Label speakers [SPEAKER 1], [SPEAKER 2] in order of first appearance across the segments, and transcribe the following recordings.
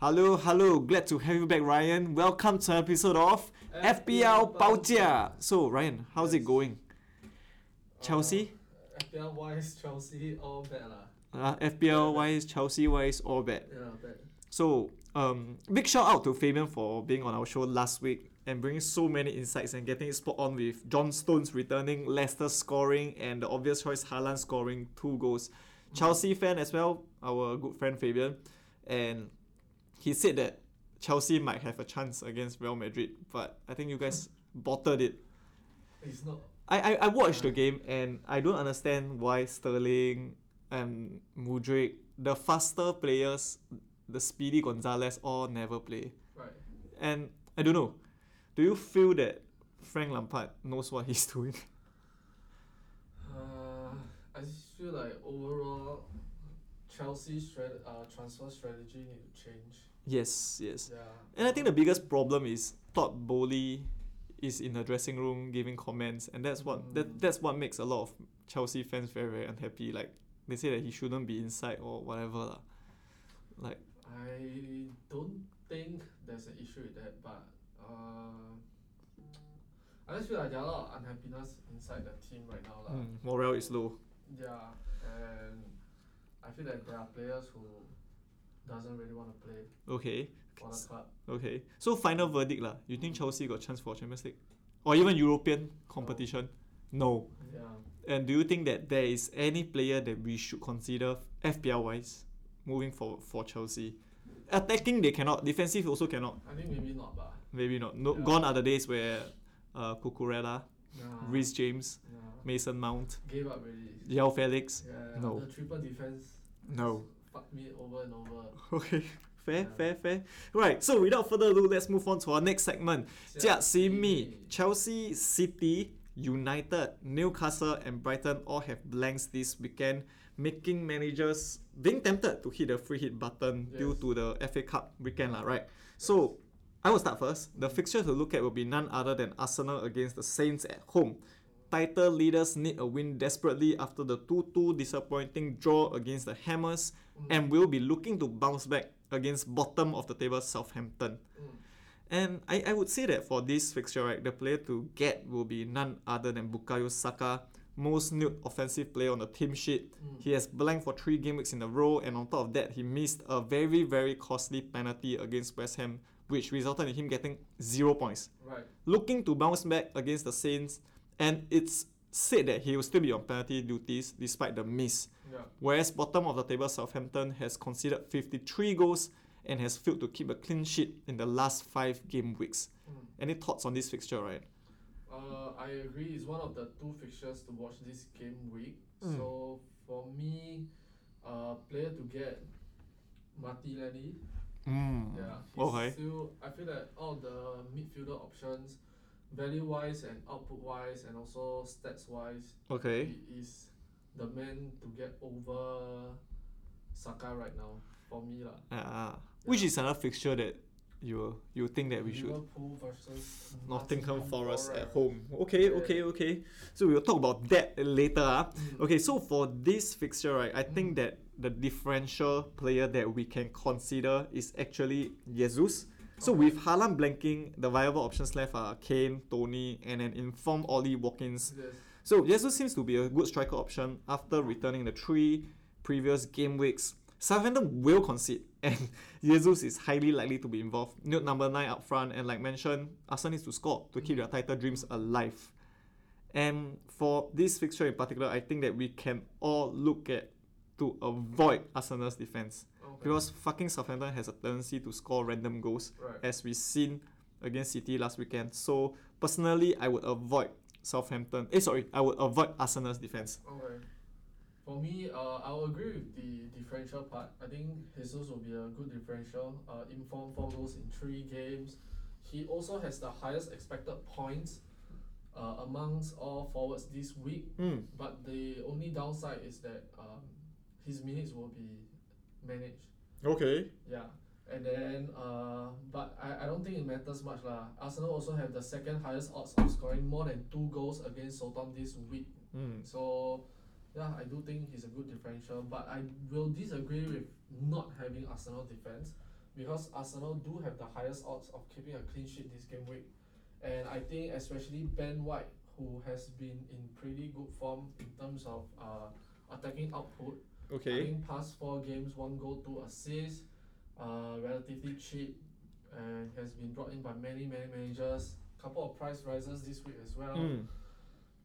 [SPEAKER 1] Hello, hello. Glad to have you back, Ryan. Welcome to an episode of FPL Baojia. So, Ryan, how's it
[SPEAKER 2] Yes.
[SPEAKER 1] going? Chelsea?
[SPEAKER 2] Uh, FPL wise, Chelsea all bad lah.
[SPEAKER 1] Uh, FPL wise, Chelsea wise, all bad.
[SPEAKER 2] Yeah, bad.
[SPEAKER 1] So, um, big shout out to Fabian for being on our show last week and bringing so many insights and getting it spot on with John Stones returning, Leicester scoring, and the obvious choice Haaland scoring two goals. Chelsea fan as well, our good friend Fabian, and he said that Chelsea might have a chance against Real Madrid, but I think you guys bottled it.
[SPEAKER 2] It's not.
[SPEAKER 1] I, I, I watched the game and I don't understand why Sterling and Mudrik, the faster players, the speedy Gonzalez, all never play.
[SPEAKER 2] Right.
[SPEAKER 1] And I don't know. Do you feel that Frank Lampard knows what he's doing?
[SPEAKER 2] Uh, I just feel like overall, Chelsea's strat- uh, transfer strategy need to change.
[SPEAKER 1] yes, yes.
[SPEAKER 2] Yeah.
[SPEAKER 1] And I think the biggest problem is Todd Bowley is in the dressing room giving comments, and that's what that,
[SPEAKER 2] Mm.
[SPEAKER 1] that's what makes a lot of Chelsea fans very very unhappy. Like they say that he shouldn't be inside or whatever. lah. Like
[SPEAKER 2] I don't think there's an issue with that, but uh, I just feel like there are a lot of unhappiness inside the team right now lah.
[SPEAKER 1] mm, morale is low.
[SPEAKER 2] Yeah, and I feel like there are players who doesn't really want to play
[SPEAKER 1] Okay,
[SPEAKER 2] for the club.
[SPEAKER 1] okay. So final verdict lah. You think Chelsea got chance for Champions League or even European competition? No.
[SPEAKER 2] Yeah.
[SPEAKER 1] And do you think that there is any player that we should consider FPL wise moving forward for Chelsea? Attacking they cannot, defensive also cannot.
[SPEAKER 2] I think maybe not, but
[SPEAKER 1] Maybe not. No,
[SPEAKER 2] Yeah.
[SPEAKER 1] gone are the days where uh, Cucurella,
[SPEAKER 2] nah,
[SPEAKER 1] Rhys James,
[SPEAKER 2] nah,
[SPEAKER 1] Mason Mount,
[SPEAKER 2] gave up really.
[SPEAKER 1] Yao Felix.
[SPEAKER 2] Yeah,
[SPEAKER 1] No.
[SPEAKER 2] the triple defense
[SPEAKER 1] No.
[SPEAKER 2] fucked me over and over.
[SPEAKER 1] Okay. Fair,
[SPEAKER 2] Yeah.
[SPEAKER 1] fair, fair. Right. So without further ado, let's move on to our next segment. Jia me. Chelsea, City, United, Newcastle, and Brighton all have blanks this weekend, making managers being tempted to hit the free hit button due
[SPEAKER 2] Yes.
[SPEAKER 1] to the FA Cup weekend, lah, right? So I will start first. The fixture to look at will be none other than Arsenal against the Saints at home. Title leaders need a win desperately after the 2 2 disappointing draw against the Hammers
[SPEAKER 2] Mm,
[SPEAKER 1] and will be looking to bounce back against bottom of the table Southampton.
[SPEAKER 2] Mm.
[SPEAKER 1] And I, I would say that for this fixture, right, the player to get will be none other than Bukayo Saka, most new offensive player on the team sheet.
[SPEAKER 2] mm.
[SPEAKER 1] He has blanked for three game weeks in a row, and on top of that, he missed a very, very costly penalty against West Ham, which resulted in him getting zero points.
[SPEAKER 2] Right.
[SPEAKER 1] Looking to bounce back against the Saints, and it's said that he will still be on penalty duties despite the miss.
[SPEAKER 2] Yeah.
[SPEAKER 1] Whereas bottom of the table Southampton has conceded 53 goals and has failed to keep a clean sheet in the last five game weeks.
[SPEAKER 2] Mm.
[SPEAKER 1] Any thoughts on this fixture, right?
[SPEAKER 2] Uh, I agree. It's one of the two fixtures to watch this game week.
[SPEAKER 1] Mm.
[SPEAKER 2] So for me, uh, player to get Martinelli.
[SPEAKER 1] Mm.
[SPEAKER 2] Yeah. He's
[SPEAKER 1] Okay.
[SPEAKER 2] Still, I feel that all the midfielder options, value wise and output wise, and also stats wise,
[SPEAKER 1] Okay.
[SPEAKER 2] He is the man to get over Saka right now for me lah.
[SPEAKER 1] Uh, which is another fixture that you you think that we should
[SPEAKER 2] Liverpool versus
[SPEAKER 1] Nottingham Forest at
[SPEAKER 2] Forest.
[SPEAKER 1] home. Okay,
[SPEAKER 2] Yeah.
[SPEAKER 1] okay, okay. So we'll talk about that later. ah.
[SPEAKER 2] Mm.
[SPEAKER 1] Okay, so for this fixture, right, I think that the differential player that we can consider is actually Jesus. So
[SPEAKER 2] Okay.
[SPEAKER 1] with Haaland blanking, the viable options left are Kane, Tony, and an informed Ollie Watkins.
[SPEAKER 2] Yes.
[SPEAKER 1] So Jesus seems to be a good striker option after returning the three previous game weeks. Southampton will concede, and Jesus is highly likely to be involved. New number nine up front, and like mentioned, Arsenal needs to score to keep their title dreams alive. And for this fixture in particular, I think that we can all look at to avoid Arsenal's defense
[SPEAKER 2] Okay.
[SPEAKER 1] because fucking Southampton has a tendency to score random goals
[SPEAKER 2] Right.
[SPEAKER 1] as we seen against City last weekend. So personally, I would avoid Southampton. Eh, sorry, I would avoid Arsenal's defense.
[SPEAKER 2] Okay. For me, uh, I'll agree with the differential part. I think Jesus will be a good differential. Uh, informed four goals in three games. He also has the highest expected points uh, amongst all forwards this week.
[SPEAKER 1] Hmm.
[SPEAKER 2] But the only downside is that um, his minutes will be managed.
[SPEAKER 1] Okay.
[SPEAKER 2] Yeah. And then, uh, but I, I don't think it matters much lah. Arsenal also have the second highest odds of scoring more than two goals against Soton this week.
[SPEAKER 1] Mm.
[SPEAKER 2] So, yeah, I do think he's a good differential. But I will disagree with not having Arsenal defense because Arsenal do have the highest odds of keeping a clean sheet this game week. And I think especially Ben White, who has been in pretty good form in terms of uh, attacking output. I
[SPEAKER 1] Okay.
[SPEAKER 2] think past four games, one goal, two assists, uh, relatively cheap, and has been brought in by many, many managers. Couple of price rises this week as well.
[SPEAKER 1] Mm.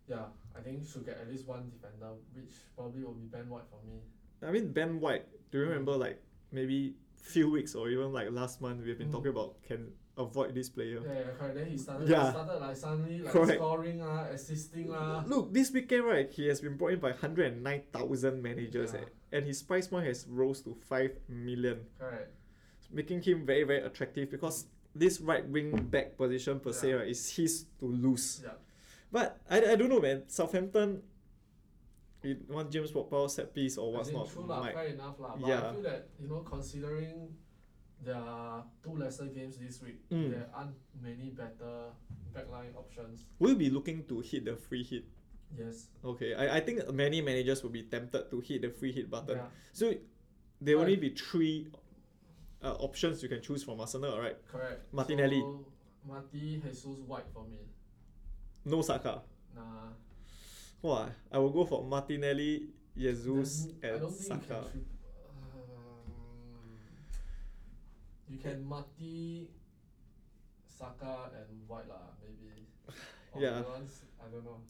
[SPEAKER 2] Yeah, I think should get at least one defender, which probably will be Ben White for me.
[SPEAKER 1] I mean Ben White. Do you remember like maybe few weeks or even like last month we've been
[SPEAKER 2] Mm.
[SPEAKER 1] talking about can avoid this player.
[SPEAKER 2] Yeah, yeah correct. Then he started,
[SPEAKER 1] Yeah.
[SPEAKER 2] he started like suddenly like
[SPEAKER 1] Correct.
[SPEAKER 2] scoring lah, assisting ah. lah.
[SPEAKER 1] Look, this weekend, right, he has been brought in by 109,000 managers,
[SPEAKER 2] Yeah.
[SPEAKER 1] eh, and his price point has rose to 5 million,
[SPEAKER 2] Correct.
[SPEAKER 1] making him very, very attractive because this right wing back position, per se,
[SPEAKER 2] Yeah.
[SPEAKER 1] right, is his to lose.
[SPEAKER 2] Yeah.
[SPEAKER 1] But I, I don't know, man. Southampton, it, one James Ward Prowse set piece or
[SPEAKER 2] I
[SPEAKER 1] what's
[SPEAKER 2] think
[SPEAKER 1] not.
[SPEAKER 2] True lah,
[SPEAKER 1] might-
[SPEAKER 2] fair enough lah. But
[SPEAKER 1] Yeah.
[SPEAKER 2] I feel that you know considering there are two lesser games this week,
[SPEAKER 1] Mm.
[SPEAKER 2] there aren't many better backline options.
[SPEAKER 1] We'll be looking to hit the free hit.
[SPEAKER 2] Yes.
[SPEAKER 1] Okay, I, I think many managers will be tempted to hit the free hit button.
[SPEAKER 2] Yeah.
[SPEAKER 1] So there will
[SPEAKER 2] Right.
[SPEAKER 1] only be three uh, options you can choose from Arsenal, right?
[SPEAKER 2] Correct.
[SPEAKER 1] Martinelli.
[SPEAKER 2] So, Marty Jesus White for me.
[SPEAKER 1] No Saka.
[SPEAKER 2] Nah.
[SPEAKER 1] Why? I will go for Martinelli, Jesus,
[SPEAKER 2] then I
[SPEAKER 1] and
[SPEAKER 2] don't think
[SPEAKER 1] Saka.
[SPEAKER 2] you can. Tri- um, you can Marty, Saka and White lah maybe. Or
[SPEAKER 1] Yeah.
[SPEAKER 2] you want s- I don't know.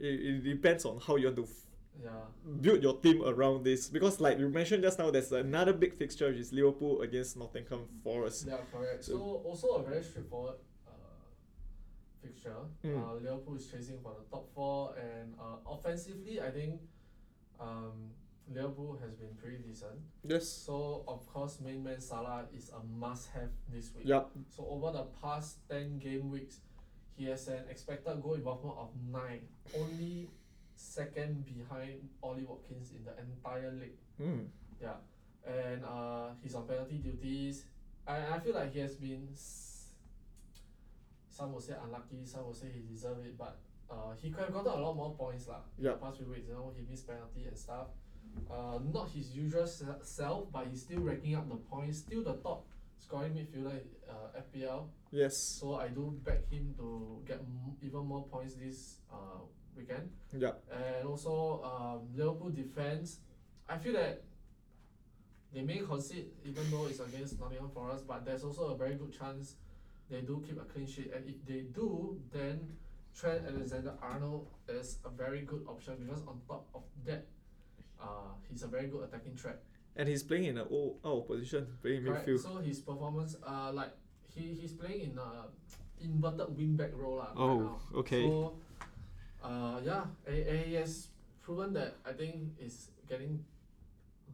[SPEAKER 1] It, it depends on how you want to f-
[SPEAKER 2] Yeah.
[SPEAKER 1] build your team around this. Because, like you mentioned just now, there's another big fixture, which is Liverpool against Nottingham Forest.
[SPEAKER 2] Yeah, correct.
[SPEAKER 1] So-
[SPEAKER 2] So, also a very straightforward uh, fixture.
[SPEAKER 1] Mm.
[SPEAKER 2] Uh, Liverpool is chasing for the top four, and uh, offensively, I think um, Liverpool has been pretty decent.
[SPEAKER 1] Yes.
[SPEAKER 2] So of course, main man Salah is a must-have this week.
[SPEAKER 1] Yup.
[SPEAKER 2] So over the past ten game weeks, he has an expected goal involvement of nine, only second behind Ollie Watkins in the entire league.
[SPEAKER 1] Mm.
[SPEAKER 2] Yeah, and uh, he's on penalty duties. I, I feel like he has been. s- Some will say unlucky, some will say he deserved it, but uh, he could have gotten a lot more points lah. in the
[SPEAKER 1] Yeah.
[SPEAKER 2] Past few weeks, you know, he missed penalty and stuff. Uh, not his usual se- self, but he's still racking up the points. Still the top scoring midfielder in uh, FPL.
[SPEAKER 1] Yes.
[SPEAKER 2] So I do back him to get m- even more points this uh, weekend
[SPEAKER 1] Yeah.
[SPEAKER 2] and also um, Liverpool defense. I feel that they may concede even though it's against Nottingham Forest, but there's also a very good chance they do keep a clean sheet. And if they do, then Trent Alexander Arnold is a very good option because on top of that, uh, he's a very good attacking threat.
[SPEAKER 1] And he's playing in an old out of position, playing
[SPEAKER 2] Correct.
[SPEAKER 1] midfield.
[SPEAKER 2] So his performance, uh, like he, he's playing in a inverted wing back role lah. right
[SPEAKER 1] Oh,
[SPEAKER 2] now.
[SPEAKER 1] okay.
[SPEAKER 2] So, uh, yeah, and, and he has proven that I think is getting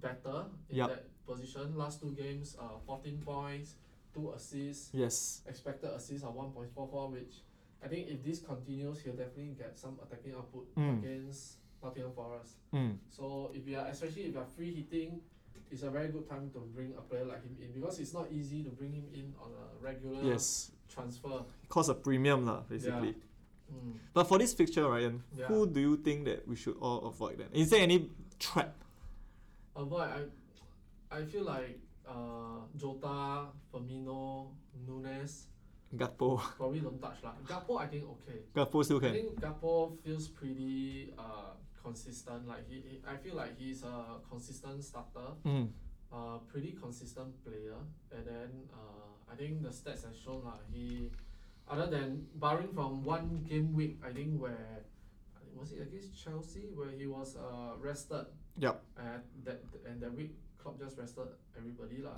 [SPEAKER 2] better in
[SPEAKER 1] Yup.
[SPEAKER 2] that position. Last two games, uh, fourteen points, two assists,
[SPEAKER 1] Yes.
[SPEAKER 2] expected assists of one point four four, which I think if this continues, he'll definitely get some attacking output
[SPEAKER 1] Mm.
[SPEAKER 2] against Nottingham Forest.
[SPEAKER 1] Mm.
[SPEAKER 2] So if you are especially if you are free hitting, it's a very good time to bring a player like him in because it's not easy to bring him in on a regular
[SPEAKER 1] Yes.
[SPEAKER 2] transfer.
[SPEAKER 1] It costs a premium, lah, basically.
[SPEAKER 2] Mm.
[SPEAKER 1] But for this fixture, Ryan,
[SPEAKER 2] Yeah.
[SPEAKER 1] who do you think that we should all avoid then? Is there any trap?
[SPEAKER 2] Avoid I I feel like uh Jota, Firmino, Nunes
[SPEAKER 1] Gakpo.
[SPEAKER 2] probably don't touch lah. Gapo I think okay.
[SPEAKER 1] Gakpo still
[SPEAKER 2] I
[SPEAKER 1] can.
[SPEAKER 2] think Gapo feels pretty uh consistent. Like he, he I feel like he's a consistent starter.
[SPEAKER 1] Mm.
[SPEAKER 2] uh, pretty consistent player. And then uh, I think the stats have shown lah. He, other than barring from one game week, I think where was it against Chelsea where he was uh, rested.
[SPEAKER 1] Yup.
[SPEAKER 2] At that and that week, Klopp just rested everybody lah.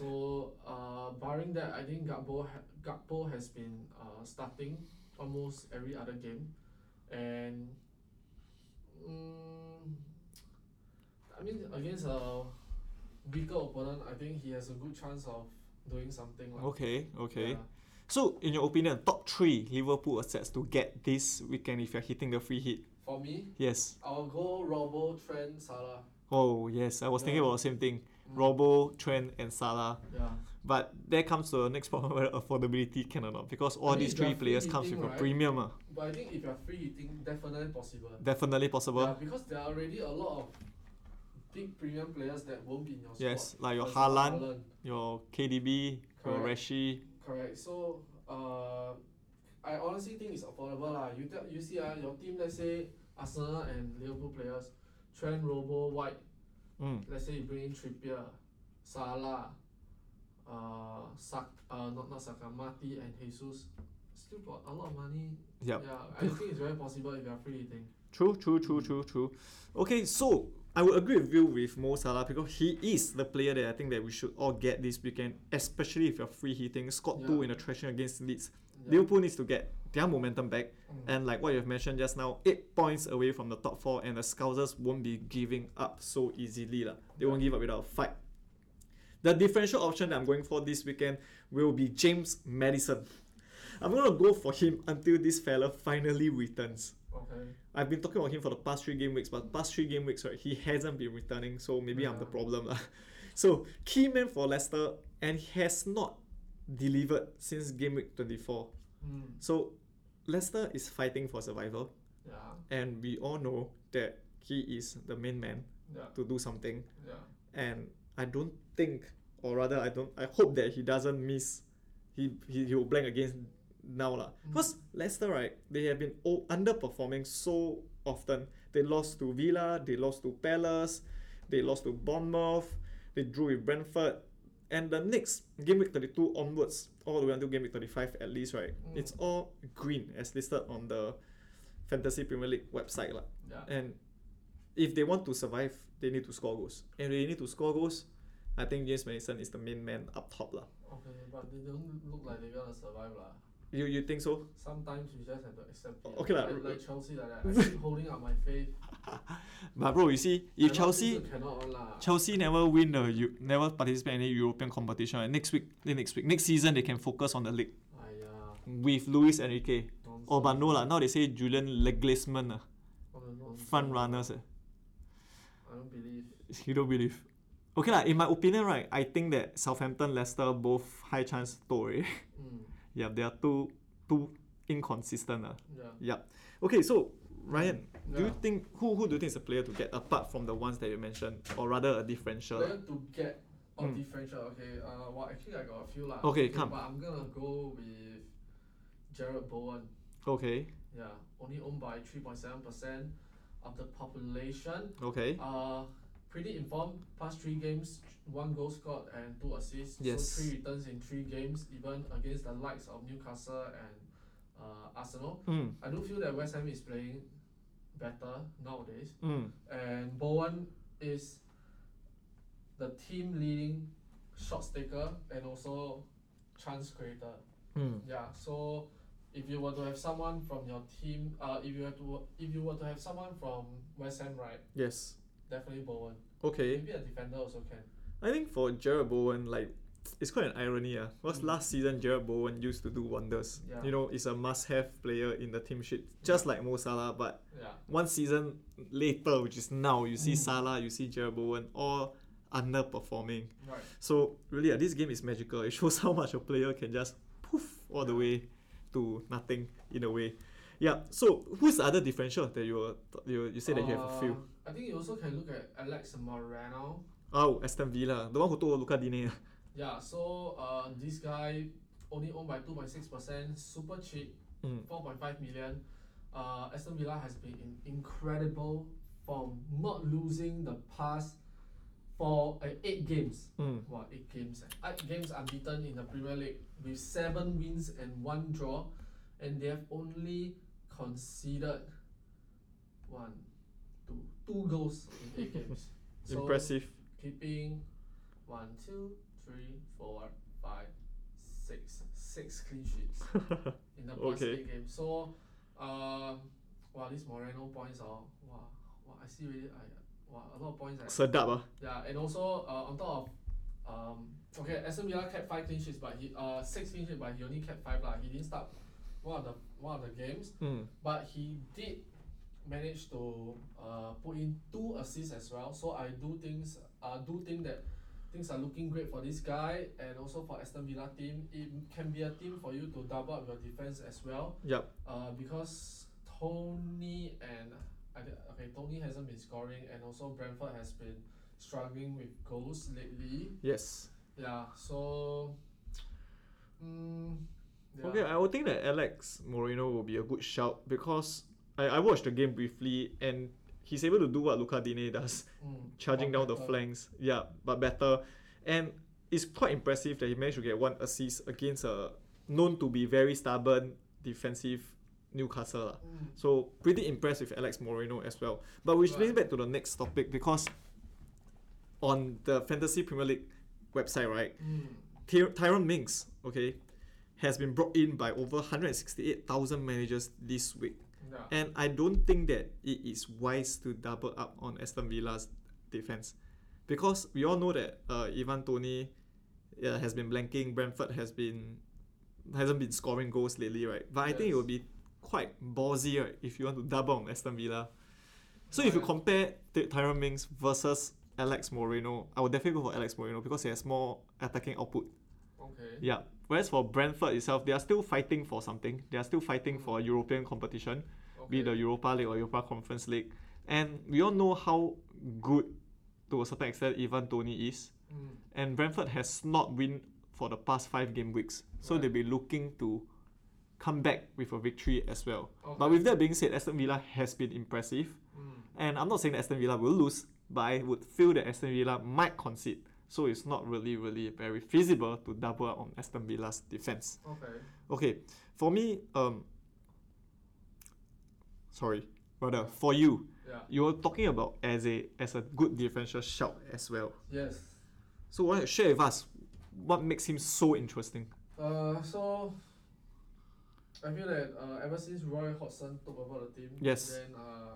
[SPEAKER 2] So uh, barring that, I think Gakpo ha- Gakpo has been uh, starting almost every other game, and. Mm, I mean, against a weaker opponent, I think he has a good chance of doing something. Like,
[SPEAKER 1] Okay, okay.
[SPEAKER 2] Yeah.
[SPEAKER 1] So, in your opinion, top three Liverpool assets to get this weekend if you're hitting the free hit?
[SPEAKER 2] For me,
[SPEAKER 1] Yes.
[SPEAKER 2] I'll go Robo, Trent, Salah.
[SPEAKER 1] Oh, yes. I was thinking
[SPEAKER 2] Yeah.
[SPEAKER 1] about the same thing.
[SPEAKER 2] Mm,
[SPEAKER 1] Robo, Trent, and Salah.
[SPEAKER 2] Yeah.
[SPEAKER 1] But there comes the next problem whether affordability can or not. Because all
[SPEAKER 2] I mean,
[SPEAKER 1] these
[SPEAKER 2] if you are
[SPEAKER 1] three players
[SPEAKER 2] free
[SPEAKER 1] comes with
[SPEAKER 2] hitting,
[SPEAKER 1] a
[SPEAKER 2] right?
[SPEAKER 1] premium. ah.
[SPEAKER 2] But I think if you're free eating, definitely possible.
[SPEAKER 1] Definitely possible.
[SPEAKER 2] Yeah, because there are already a lot of big premium players that won't be in your squad.
[SPEAKER 1] Yes, like your
[SPEAKER 2] For example,
[SPEAKER 1] Haaland,
[SPEAKER 2] Haaland.
[SPEAKER 1] your KDB, your
[SPEAKER 2] Correct.
[SPEAKER 1] Reshi.
[SPEAKER 2] Correct. So, uh, I honestly think it's affordable lah. You tell you see ah, your team let's say Arsenal and Liverpool players, Trent, Robo, White.
[SPEAKER 1] Mm.
[SPEAKER 2] Let's say you bring in Trippier, Salah, uh, Sak, uh, not not Saka, Mati and Jesus. Still got a lot of money.
[SPEAKER 1] Yep.
[SPEAKER 2] Yeah, I think it's very possible if you are free eating.
[SPEAKER 1] True, true, true, true, true. Okay, so I would agree with you with Mo Salah because he is the player that I think that we should all get this weekend, especially if you're free hitting. Scott two
[SPEAKER 2] Yeah.
[SPEAKER 1] in a thrashing against Leeds.
[SPEAKER 2] Yeah.
[SPEAKER 1] Liverpool needs to get their momentum back,
[SPEAKER 2] Mm.
[SPEAKER 1] and like what you've mentioned just now, eight points away from the top four, and the Scousers won't be giving up so easily, lah. They won't give up without a fight. The differential option that I'm going for this weekend will be James Madison. I'm gonna go for him until this fella finally returns.
[SPEAKER 2] Okay.
[SPEAKER 1] I've been talking about him for the past three game weeks, but past three game weeks, right, he hasn't been returning, so maybe I'm the
[SPEAKER 2] Yeah.
[SPEAKER 1] problem. lah. So, key man for Leicester, and he has not delivered since game week 24.
[SPEAKER 2] Mm.
[SPEAKER 1] So, Leicester is fighting for survival,
[SPEAKER 2] Yeah.
[SPEAKER 1] and we all know that he is the main man
[SPEAKER 2] Yeah.
[SPEAKER 1] to do something.
[SPEAKER 2] Yeah.
[SPEAKER 1] And I don't think, or rather, I don't, I hope that he doesn't miss. He he he will blank against now lah. Because Leicester, right, they have been o- underperforming so often. They lost to Villa, they lost to Palace, they lost to Bournemouth, they drew with Brentford. And the next game week 32 onwards, all the way until game week 35 at least, right?
[SPEAKER 2] Mm.
[SPEAKER 1] It's all green as listed on the Fantasy Premier League website. lah.
[SPEAKER 2] Yeah.
[SPEAKER 1] And if they want to survive, they need to score goals. And they need to score goals. I think James Madison is the main man up top lah.
[SPEAKER 2] Okay, but they don't look like they're gonna survive lah.
[SPEAKER 1] You you think so?
[SPEAKER 2] Sometimes you just have to accept it.
[SPEAKER 1] Okay lah,
[SPEAKER 2] Like,
[SPEAKER 1] r-
[SPEAKER 2] like Chelsea like that. I keep holding up my faith.
[SPEAKER 1] But bro, you see, if
[SPEAKER 2] Cannot-
[SPEAKER 1] Chelsea
[SPEAKER 2] this year cannot on lah.
[SPEAKER 1] Chelsea never win the you never participate in any European competition, right? next week eh, next week next season they can focus on the league
[SPEAKER 2] Aiyah,
[SPEAKER 1] with Luis Enrique.
[SPEAKER 2] nonsense.
[SPEAKER 1] Oh, but no lah. Now they say Julian Leglesman, ah,
[SPEAKER 2] Oh, no, nonsense.
[SPEAKER 1] front runners. eh.
[SPEAKER 2] I don't believe.
[SPEAKER 1] You don't believe? Okay lah. In my opinion, right, I think that Southampton, Leicester, both high chance story.
[SPEAKER 2] Mm,
[SPEAKER 1] yeah, they are too too inconsistent. ah.
[SPEAKER 2] yeah.
[SPEAKER 1] Yup. Okay, so Ryan, do you
[SPEAKER 2] Mm, Yeah.
[SPEAKER 1] think who who do you think is a player to get apart from the ones that you mentioned, or rather a differential?
[SPEAKER 2] Where to get a
[SPEAKER 1] Mm.
[SPEAKER 2] differential? Okay. Uh, well, actually I got a few lah.
[SPEAKER 1] Okay, come.
[SPEAKER 2] But I'm gonna go with Jared Bowen.
[SPEAKER 1] Okay,
[SPEAKER 2] Yeah, only owned by three point seven percent of the population.
[SPEAKER 1] okay,
[SPEAKER 2] Uh, pretty informed. Past three games, one goal scored and two assists.
[SPEAKER 1] Yes.
[SPEAKER 2] So three returns in three games, even against the likes of Newcastle and uh, Arsenal.
[SPEAKER 1] mm,
[SPEAKER 2] I do feel that West Ham is playing better nowadays,
[SPEAKER 1] mm,
[SPEAKER 2] and Bowen is the team leading shot taker and also chance creator.
[SPEAKER 1] mm.
[SPEAKER 2] Yeah, so if you were to have someone from your team, uh, if you have to, if you were to have someone from West Ham, right,
[SPEAKER 1] Yes.
[SPEAKER 2] definitely Bowen.
[SPEAKER 1] Okay.
[SPEAKER 2] Maybe a defender also can.
[SPEAKER 1] I think for Jared Bowen, like it's quite an irony, ah, because
[SPEAKER 2] Mm.
[SPEAKER 1] last season Jared Bowen used to do wonders.
[SPEAKER 2] Yeah.
[SPEAKER 1] You know, is a must-have player in the team sheet, just like Mo Salah. But
[SPEAKER 2] Yeah,
[SPEAKER 1] one season later, which is now, you see
[SPEAKER 2] Mm.
[SPEAKER 1] Salah, you see Jared Bowen, all underperforming.
[SPEAKER 2] right.
[SPEAKER 1] So really, ah, this game is magical. It shows how much a player can just poof all the way to nothing in a way. Yeah. So who's the other differential that you were, you you said that you have a few?
[SPEAKER 2] Uh, I think you also can look at Alex Moreno.
[SPEAKER 1] Oh, Aston Villa, the one who told Luca Dine. ah.
[SPEAKER 2] Yeah, so uh, this guy only owned by two point six percent, super cheap,
[SPEAKER 1] Mm.
[SPEAKER 2] four point five million. Uh, Aston Villa has been in incredible form, not losing the past for uh, eight games.
[SPEAKER 1] Mm.
[SPEAKER 2] Wow, eight games. eh. Eight games unbeaten in the Premier League with seven wins and one draw, and they have only conceded one, two, two goals in eight games. So
[SPEAKER 1] Impressive.
[SPEAKER 2] keeping one, two, three, four, five, six, six clean sheets in the past
[SPEAKER 1] Okay.
[SPEAKER 2] eight games. So, um, wow, these Moreno points are wow, wow. I see really, I wow, a lot of points. I
[SPEAKER 1] Sedap ah.
[SPEAKER 2] yeah, and also uh, on top of um okay, Aston Villa kept five clean sheets, but he uh six clean sheets, but he only kept five lah. He didn't start one of the one of the games,
[SPEAKER 1] Mm.
[SPEAKER 2] but he did manage to uh put in two assists as well. So I do things uh do think that things are looking great for this guy and also for Aston Villa team. It can be a team for you to double up your defense as well.
[SPEAKER 1] Yup.
[SPEAKER 2] Uh, because Tony and I thi- okay, Tony hasn't been scoring, and also Brentford has been struggling with goals lately.
[SPEAKER 1] Yes.
[SPEAKER 2] Yeah, so mm, yeah.
[SPEAKER 1] Okay, I would think that Alex Moreno will be a good shout because I, I watched the game briefly and he's able to do what Luca Dine does,
[SPEAKER 2] Mm,
[SPEAKER 1] charging
[SPEAKER 2] or
[SPEAKER 1] down the
[SPEAKER 2] better.
[SPEAKER 1] flanks. Yeah, but better. And it's quite impressive that he managed to get one assist against a known to be very stubborn defensive Newcastle. lah.
[SPEAKER 2] Mm,
[SPEAKER 1] So pretty impressed with Alex Moreno as well. But which brings back to the next topic because on the Fantasy Premier League website, right?
[SPEAKER 2] mm,
[SPEAKER 1] Ty- Tyron Minks, okay, has been brought in by over 168,000 managers this week.
[SPEAKER 2] yeah.
[SPEAKER 1] And I don't think that it is wise to double up on Aston Villa's defense. Because we all know that uh, Ivan Tony uh, has been blanking, Brentford has been hasn't been scoring goals lately, right? But I think it
[SPEAKER 2] Yes.
[SPEAKER 1] would be quite ballsy right, if you want to double on Aston Villa. So if you
[SPEAKER 2] Right.
[SPEAKER 1] compare Ty- Tyron Mings versus Alex Moreno, I would definitely go for Alex Moreno because he has more attacking output.
[SPEAKER 2] Okay.
[SPEAKER 1] Yeah. Whereas for Brentford itself, they are still fighting for something. They are still fighting
[SPEAKER 2] Mm.
[SPEAKER 1] for European competition, be
[SPEAKER 2] Okay.
[SPEAKER 1] it the Europa League or Europa Conference League. And we all know how good, to a certain extent, Ivan Tony is.
[SPEAKER 2] Mm,
[SPEAKER 1] And Brentford has not win for the past five game weeks. So
[SPEAKER 2] Right.
[SPEAKER 1] they'll be looking to come back with a victory as well. But
[SPEAKER 2] Okay.
[SPEAKER 1] with that being said, Aston Villa has been impressive.
[SPEAKER 2] mm,
[SPEAKER 1] And I'm not saying that Aston Villa will lose, but I would feel that Aston Villa might concede. So it's not really, really very feasible to double up on Aston Villa's defense.
[SPEAKER 2] okay.
[SPEAKER 1] Okay, for me, um, sorry, rather for you,
[SPEAKER 2] Yeah.
[SPEAKER 1] you were talking about as a as a good differential shout as well.
[SPEAKER 2] Yes.
[SPEAKER 1] So why don't you share with us what makes him so interesting?
[SPEAKER 2] Uh, so I feel that uh, ever since Roy Hodgson took over the team,
[SPEAKER 1] Yes.
[SPEAKER 2] then uh,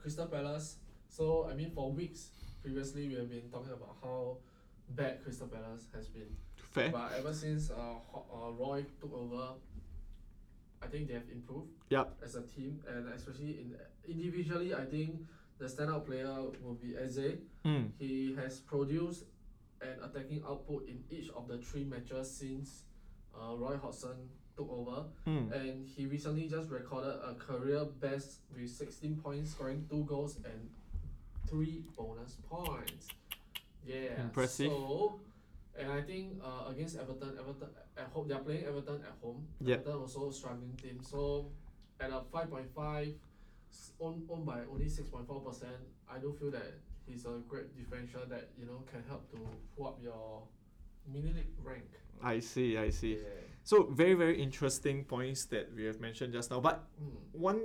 [SPEAKER 2] Crystal Palace. So I mean, for weeks previously, we have been talking about how bad Crystal Palace has been.
[SPEAKER 1] Fair.
[SPEAKER 2] But ever since uh, Ho- uh, Roy took over, I think they have improved.
[SPEAKER 1] Yup.
[SPEAKER 2] As a team, and especially in individually, I think the standout player will be Eze.
[SPEAKER 1] Mm.
[SPEAKER 2] He has produced an attacking output in each of the three matches since uh, Roy Hodgson took over,
[SPEAKER 1] Mm.
[SPEAKER 2] and he recently just recorded a career best with 16 points, scoring two goals and three bonus points. Yeah,
[SPEAKER 1] Impressive.
[SPEAKER 2] So, and I think uh, against Everton, Everton at home, they're playing Everton at home.
[SPEAKER 1] Yep.
[SPEAKER 2] Everton also struggling team. So, at a 5.5, s- owned, owned by only 6.4%, I do feel that he's a great differential that, you know, can help to pull up your mini league rank.
[SPEAKER 1] I see. I see.
[SPEAKER 2] Yeah.
[SPEAKER 1] So very very interesting points that we have mentioned just now. But
[SPEAKER 2] Mm,
[SPEAKER 1] one,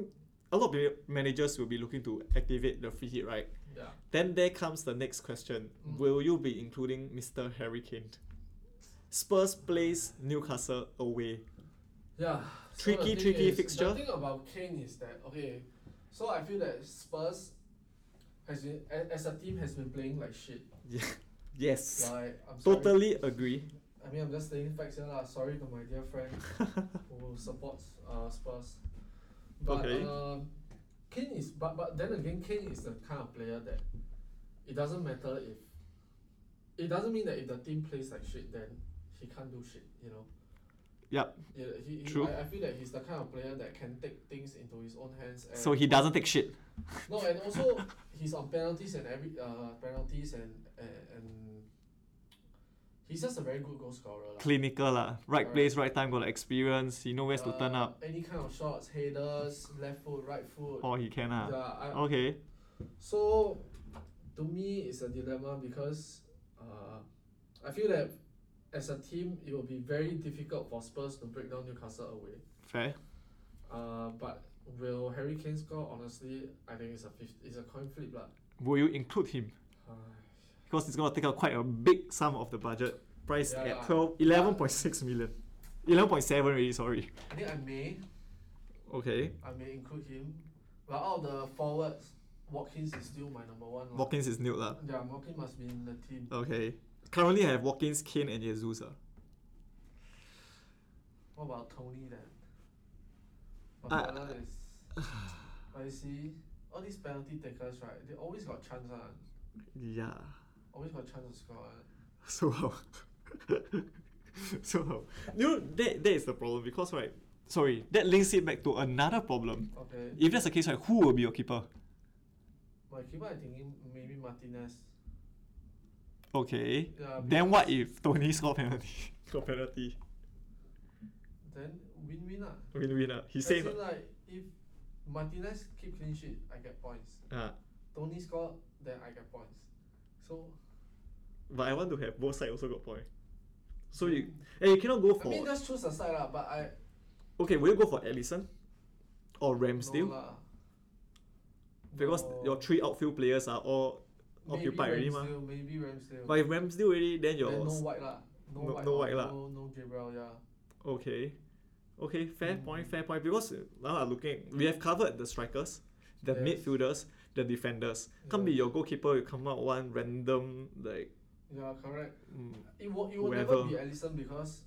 [SPEAKER 1] a lot of the managers will be looking to activate the free hit, right?
[SPEAKER 2] yeah.
[SPEAKER 1] Then there comes the next question.
[SPEAKER 2] Mm.
[SPEAKER 1] Will you be including Mr. Harry Kane? Spurs plays Newcastle away.
[SPEAKER 2] Yeah.
[SPEAKER 1] Tricky,
[SPEAKER 2] the thing
[SPEAKER 1] tricky
[SPEAKER 2] is-
[SPEAKER 1] fixture.
[SPEAKER 2] The thing about Kane is that okay, so I feel that Spurs has been a- as a team has been playing like shit.
[SPEAKER 1] Yes.
[SPEAKER 2] Like I'm sorry.
[SPEAKER 1] Totally agree.
[SPEAKER 2] I mean I'm just stating facts here lah. uh, Sorry to my dear friend who supports uh Spurs. But
[SPEAKER 1] Okay.
[SPEAKER 2] um, Kane is but but then again Kane is the kind of player that it doesn't matter if it doesn't mean that if the team plays like shit then he can't do shit, you know.
[SPEAKER 1] Yup.
[SPEAKER 2] Yeah, he, he-
[SPEAKER 1] True.
[SPEAKER 2] I, I feel that he's the kind of player that can take things into his own hands. And
[SPEAKER 1] So he doesn't take shit.
[SPEAKER 2] no, and also he's on penalties and every uh penalties and and, and he's just a very good goal scorer. lah.
[SPEAKER 1] Clinical lah. Right
[SPEAKER 2] Alright.
[SPEAKER 1] place, right time, got the experience. He know where's to turn
[SPEAKER 2] Uh,
[SPEAKER 1] up.
[SPEAKER 2] Any kind of shots, headers, left foot, right foot.
[SPEAKER 1] Or he can
[SPEAKER 2] Uh, Yeah,
[SPEAKER 1] ah.
[SPEAKER 2] I,
[SPEAKER 1] Okay.
[SPEAKER 2] so to me it's a dilemma because uh, I feel that as a team it will be very difficult for Spurs to break down Newcastle away.
[SPEAKER 1] Fair.
[SPEAKER 2] Uh, but will Harry Kane score? Honestly, I think it's a fifth, it's a coin flip lah.
[SPEAKER 1] Will you include him? Because it's gonna take out quite a big sum of the budget. Priced
[SPEAKER 2] Yeah
[SPEAKER 1] at
[SPEAKER 2] lah.
[SPEAKER 1] 12, 11.6 million. 11.7 really, sorry.
[SPEAKER 2] I think I may
[SPEAKER 1] Okay.
[SPEAKER 2] I may include him, but out of the forwards, Watkins is still my number one. lah.
[SPEAKER 1] Watkins is new lah.
[SPEAKER 2] Yeah, Watkins must be in the team.
[SPEAKER 1] Okay. Currently I have Watkins, Kane and Jesus. ah.
[SPEAKER 2] What about Tony then?
[SPEAKER 1] I-
[SPEAKER 2] But that is. But you see, all these penalty takers, right? They always got chance one.
[SPEAKER 1] Yeah.
[SPEAKER 2] Always got chance to score. ah. one.
[SPEAKER 1] So how? so how? You know, that, that is the problem because, right, sorry, that links it back to another problem.
[SPEAKER 2] Okay.
[SPEAKER 1] If that's the case, right, who will be your keeper?
[SPEAKER 2] My keeper, I thinking maybe Martinez.
[SPEAKER 1] Okay.
[SPEAKER 2] Yeah,
[SPEAKER 1] Then what if Tony score penalty? Score penalty.
[SPEAKER 2] Then win win ah.
[SPEAKER 1] Win win ah. He
[SPEAKER 2] As
[SPEAKER 1] saved.
[SPEAKER 2] in, like if Martinez keep clean sheet, I get points.
[SPEAKER 1] Ah,
[SPEAKER 2] Tony score, then I get points. So
[SPEAKER 1] but I want to have both sides also got point. So you, and you cannot go
[SPEAKER 2] I mean,
[SPEAKER 1] for.
[SPEAKER 2] just choose a side lah. But I
[SPEAKER 1] Okay, will you go for Ellison, or Ramsdale?
[SPEAKER 2] no lah.
[SPEAKER 1] Because
[SPEAKER 2] No.
[SPEAKER 1] your three outfield players are all
[SPEAKER 2] Maybe
[SPEAKER 1] occupied already mah.
[SPEAKER 2] Ramsdale, Maybe Ramsdale.
[SPEAKER 1] But if Ramsdale already, then your
[SPEAKER 2] then no white lah. No,
[SPEAKER 1] No-
[SPEAKER 2] white.
[SPEAKER 1] no
[SPEAKER 2] or
[SPEAKER 1] white lah.
[SPEAKER 2] No, no Gabriel. Yeah.
[SPEAKER 1] Okay. Okay, fair point,
[SPEAKER 2] Mm.
[SPEAKER 1] fair point. Because uh, now I'm looking, we have covered the strikers, the
[SPEAKER 2] Yes.
[SPEAKER 1] midfielders, the defenders. Can't be
[SPEAKER 2] Yes.
[SPEAKER 1] your goalkeeper, you come out one random, like,
[SPEAKER 2] Yeah. Correct.
[SPEAKER 1] mm,
[SPEAKER 2] It will. It will never
[SPEAKER 1] Whoever.
[SPEAKER 2] be Alisson because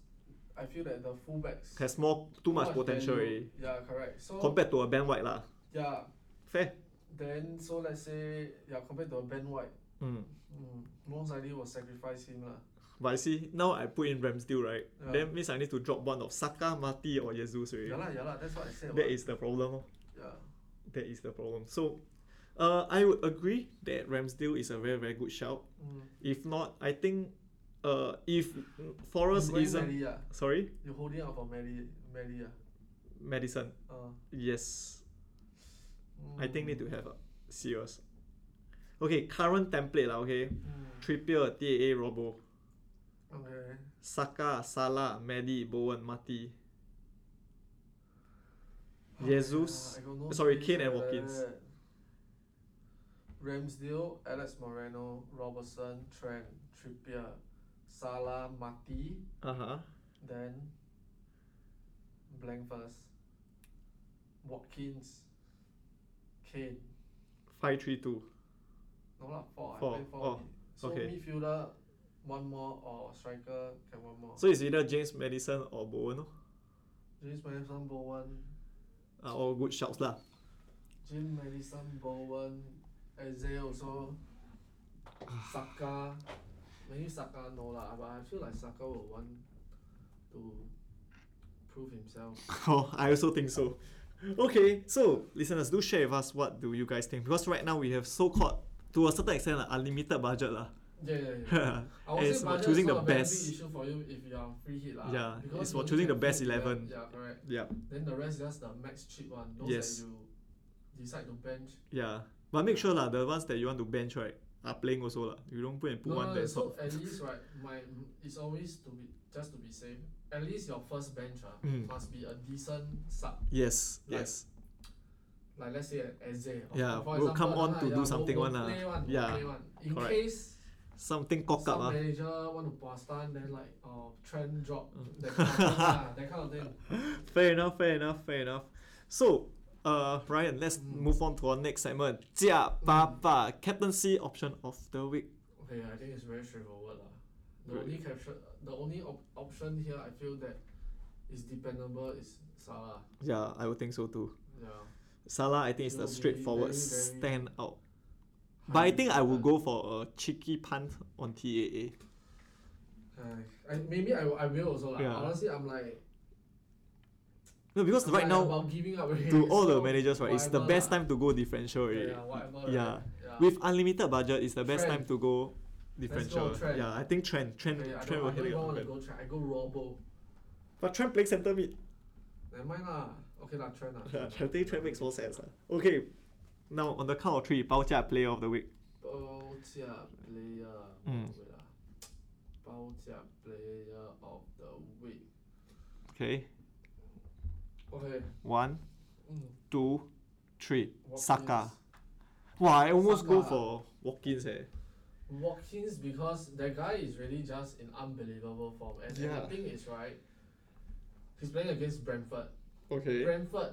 [SPEAKER 2] I feel that the fullbacks
[SPEAKER 1] has more, too much
[SPEAKER 2] much
[SPEAKER 1] potential already.
[SPEAKER 2] value. Yeah. Correct. So
[SPEAKER 1] Compared to a Ben White lah.
[SPEAKER 2] yeah.
[SPEAKER 1] Fair.
[SPEAKER 2] Then so let's say yeah compared to a Ben White.
[SPEAKER 1] Mm.
[SPEAKER 2] Mm, most likely will sacrifice him lah.
[SPEAKER 1] But I see, now I put in Ramsdale, right?
[SPEAKER 2] Yeah.
[SPEAKER 1] That means I need to drop one of Saka, Mati or Jesus already.
[SPEAKER 2] Yeah lah, yeah lah. That's what I said.
[SPEAKER 1] That
[SPEAKER 2] what.
[SPEAKER 1] is the problem. lor.
[SPEAKER 2] Yeah.
[SPEAKER 1] That is the problem. So, uh, I would agree that Ramsdale is a very, very good shout.
[SPEAKER 2] Mm.
[SPEAKER 1] If not, I think uh, if Forrest
[SPEAKER 2] You going
[SPEAKER 1] isn't.
[SPEAKER 2] Meli, ah.
[SPEAKER 1] Sorry?
[SPEAKER 2] You holding out for Meli, Meli. ah.
[SPEAKER 1] Madison.
[SPEAKER 2] Uh,
[SPEAKER 1] Yes. I think need to
[SPEAKER 2] mm,
[SPEAKER 1] have a serious. Okay, current template lah, okay.
[SPEAKER 2] mm.
[SPEAKER 1] Trippier, TAA, Robo.
[SPEAKER 2] Okay.
[SPEAKER 1] Saka, Salah, Medi, Bowen, Mati.
[SPEAKER 2] Oh,
[SPEAKER 1] Jesus-
[SPEAKER 2] yeah, I got no
[SPEAKER 1] sorry,
[SPEAKER 2] space
[SPEAKER 1] Kane and
[SPEAKER 2] for
[SPEAKER 1] Watkins.
[SPEAKER 2] that. Uh, Ramsdale, Alex Moreno, Robertson, Trent, Trippier, Salah, Mati,
[SPEAKER 1] Uh-huh.
[SPEAKER 2] then blank first. Watkins, Kane.
[SPEAKER 1] 5-3-2.
[SPEAKER 2] No lah, four.
[SPEAKER 1] Four,
[SPEAKER 2] I play four.
[SPEAKER 1] oh,
[SPEAKER 2] mid. so
[SPEAKER 1] okay.
[SPEAKER 2] midfielder, one more or striker can one more.
[SPEAKER 1] So it's either James Madison or Bowen. lor.
[SPEAKER 2] James Madison Bowen,
[SPEAKER 1] Are all good shouts lah.
[SPEAKER 2] Jim Madison Bowen, Isaiah also, Saka. Maybe Saka no lah, but I feel like Saka will want to prove himself.
[SPEAKER 1] Oh, I also think so. Okay, so listeners, do share with us what do you guys think because right now we have so-called to a certain extent like, unlimited budget lah.
[SPEAKER 2] Yeah, yeah, yeah. I would
[SPEAKER 1] it's
[SPEAKER 2] say
[SPEAKER 1] about
[SPEAKER 2] budget
[SPEAKER 1] choosing
[SPEAKER 2] is
[SPEAKER 1] the
[SPEAKER 2] not a very
[SPEAKER 1] best.
[SPEAKER 2] Big issue for you if you are free hit lah.
[SPEAKER 1] Yeah,
[SPEAKER 2] because
[SPEAKER 1] it's
[SPEAKER 2] you
[SPEAKER 1] about
[SPEAKER 2] only
[SPEAKER 1] choosing
[SPEAKER 2] can
[SPEAKER 1] the best
[SPEAKER 2] pick eleven-
[SPEAKER 1] 11.
[SPEAKER 2] Yeah, correct.
[SPEAKER 1] yeah,
[SPEAKER 2] Then the rest just the max cheap one. Those
[SPEAKER 1] Yes.
[SPEAKER 2] that you decide to bench.
[SPEAKER 1] yeah. But make sure lah the ones that you want to bench right are playing also lah. You don't put and put
[SPEAKER 2] No,
[SPEAKER 1] one
[SPEAKER 2] no, no,
[SPEAKER 1] that's
[SPEAKER 2] so
[SPEAKER 1] not.
[SPEAKER 2] at least right, my it's always to be just to be safe. At least your first bench ah,
[SPEAKER 1] Mm.
[SPEAKER 2] must be a decent sub.
[SPEAKER 1] Yes,
[SPEAKER 2] Like,
[SPEAKER 1] yes,
[SPEAKER 2] Like let's say an essay. or-
[SPEAKER 1] Yeah,
[SPEAKER 2] or for
[SPEAKER 1] will come on
[SPEAKER 2] example, ah,
[SPEAKER 1] to
[SPEAKER 2] yeah,
[SPEAKER 1] do
[SPEAKER 2] will-
[SPEAKER 1] something
[SPEAKER 2] will
[SPEAKER 1] one ah.
[SPEAKER 2] Play one, will
[SPEAKER 1] Yeah,
[SPEAKER 2] play one. In
[SPEAKER 1] correct.
[SPEAKER 2] case
[SPEAKER 1] something cock
[SPEAKER 2] some
[SPEAKER 1] up ah.
[SPEAKER 2] manager want to boston, then like uh trend drop
[SPEAKER 1] Mm.
[SPEAKER 2] that kind of thing. ah, that kind of thing.
[SPEAKER 1] Fair enough, fair enough, fair enough. So, uh, Ryan, let's
[SPEAKER 2] Mm.
[SPEAKER 1] move on to our next segment. Jia Papa captaincy option of the week.
[SPEAKER 2] Okay, I think it's very straightforward lah. The
[SPEAKER 1] Really?
[SPEAKER 2] only caption, the only op- option here I feel that is dependable is Salah.
[SPEAKER 1] Yeah, I would think so too.
[SPEAKER 2] Yeah.
[SPEAKER 1] Salah, I think is
[SPEAKER 2] It
[SPEAKER 1] the
[SPEAKER 2] will be
[SPEAKER 1] straightforward
[SPEAKER 2] very, very-
[SPEAKER 1] stand out. But I think I will go
[SPEAKER 2] Hundred
[SPEAKER 1] for a cheeky punt on TAA.
[SPEAKER 2] percent. Ai, I, maybe I, will- I will also lah.
[SPEAKER 1] Yeah.
[SPEAKER 2] Honestly, I'm like
[SPEAKER 1] No, because
[SPEAKER 2] I'm
[SPEAKER 1] right
[SPEAKER 2] like
[SPEAKER 1] now
[SPEAKER 2] about giving up already,
[SPEAKER 1] to all the
[SPEAKER 2] so
[SPEAKER 1] managers, right, it's the
[SPEAKER 2] whatever
[SPEAKER 1] best
[SPEAKER 2] lah.
[SPEAKER 1] time to go differential
[SPEAKER 2] Yeah,
[SPEAKER 1] already.
[SPEAKER 2] yeah, whatever.
[SPEAKER 1] Yeah.
[SPEAKER 2] right? yeah.
[SPEAKER 1] With unlimited budget, it's the best
[SPEAKER 2] Trend.
[SPEAKER 1] time to go
[SPEAKER 2] go
[SPEAKER 1] differential.
[SPEAKER 2] trend.
[SPEAKER 1] Yeah, I think trend, trend,
[SPEAKER 2] Okay, I
[SPEAKER 1] trend
[SPEAKER 2] don't,
[SPEAKER 1] will
[SPEAKER 2] I don't
[SPEAKER 1] hit it.
[SPEAKER 2] even want to
[SPEAKER 1] up.
[SPEAKER 2] go trend. I go Robo.
[SPEAKER 1] But trend playing centre mid.
[SPEAKER 2] Never mind lah. Okay lah, trend lah.
[SPEAKER 1] I think trend makes more sense. lah. Okay, now on the count of three, Bao Jia player of the week.
[SPEAKER 2] Bao Jia player.
[SPEAKER 1] Mm.
[SPEAKER 2] Wait lah. Bao Jia player of the week.
[SPEAKER 1] Okay,
[SPEAKER 2] Okay.
[SPEAKER 1] one,
[SPEAKER 2] Mm.
[SPEAKER 1] two, three.
[SPEAKER 2] Watkins.
[SPEAKER 1] Saka. Wow, I almost go
[SPEAKER 2] Saka.
[SPEAKER 1] for Watkins. Eh.
[SPEAKER 2] Watkins because that guy is really just in unbelievable form. And and
[SPEAKER 1] Yeah.
[SPEAKER 2] the thing is right, he's playing against Brentford.
[SPEAKER 1] Okay.
[SPEAKER 2] Brentford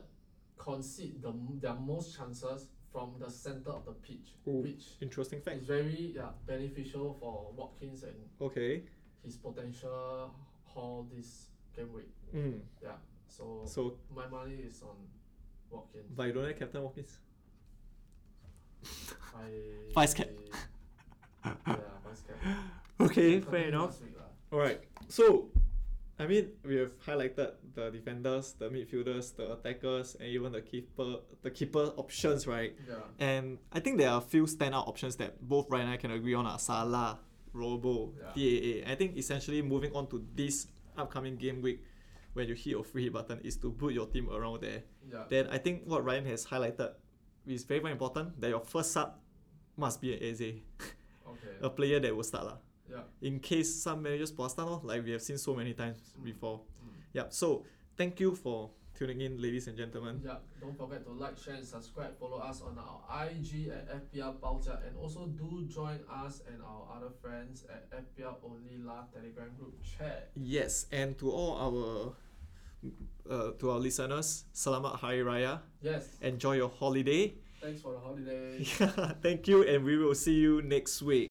[SPEAKER 2] concede the, m- their most chances from the center of the pitch,
[SPEAKER 1] Ooh.
[SPEAKER 2] which
[SPEAKER 1] Interesting fact.
[SPEAKER 2] is very yeah, beneficial for Watkins and
[SPEAKER 1] Okay.
[SPEAKER 2] his potential haul this game week.
[SPEAKER 1] Mm.
[SPEAKER 2] Yeah, so
[SPEAKER 1] So,
[SPEAKER 2] my money is on Watkins.
[SPEAKER 1] but you don't have Captain Watkins.
[SPEAKER 2] I
[SPEAKER 1] Vice cap.
[SPEAKER 2] yeah, vice cap.
[SPEAKER 1] Okay, fair
[SPEAKER 2] Continue
[SPEAKER 1] enough.
[SPEAKER 2] last week lah.
[SPEAKER 1] All right. So, I mean, we have highlighted the defenders, the midfielders, the attackers, and even the keeper, the keeper options, right?
[SPEAKER 2] Yeah.
[SPEAKER 1] And I think there are a few standout options that both Ryan and I can agree on. Are Salah, Robo,
[SPEAKER 2] Yeah.
[SPEAKER 1] DAA. I think essentially moving on to this upcoming game week, when you hit your free hit button, is to build your team around there.
[SPEAKER 2] Yeah.
[SPEAKER 1] Then I think what Ryan has highlighted is very very important that your first sub must be an Eze,
[SPEAKER 2] Okay.
[SPEAKER 1] a player that will start lah.
[SPEAKER 2] Yeah.
[SPEAKER 1] In case some managers will start lor, like we have seen so many times
[SPEAKER 2] Mm.
[SPEAKER 1] before.
[SPEAKER 2] Mm.
[SPEAKER 1] Yup. So thank you for tuning in, ladies and gentlemen.
[SPEAKER 2] Yeah, don't forget to like, share, and subscribe. Follow us on our IG at FPL Baoja, and also do join us and our other friends at FPL Only La Telegram group chat.
[SPEAKER 1] Yes, and to all our uh, to our listeners, Selamat Hari Raya.
[SPEAKER 2] Yes,
[SPEAKER 1] Enjoy your holiday.
[SPEAKER 2] thanks for the holiday.
[SPEAKER 1] Thank you, and we will see you next week.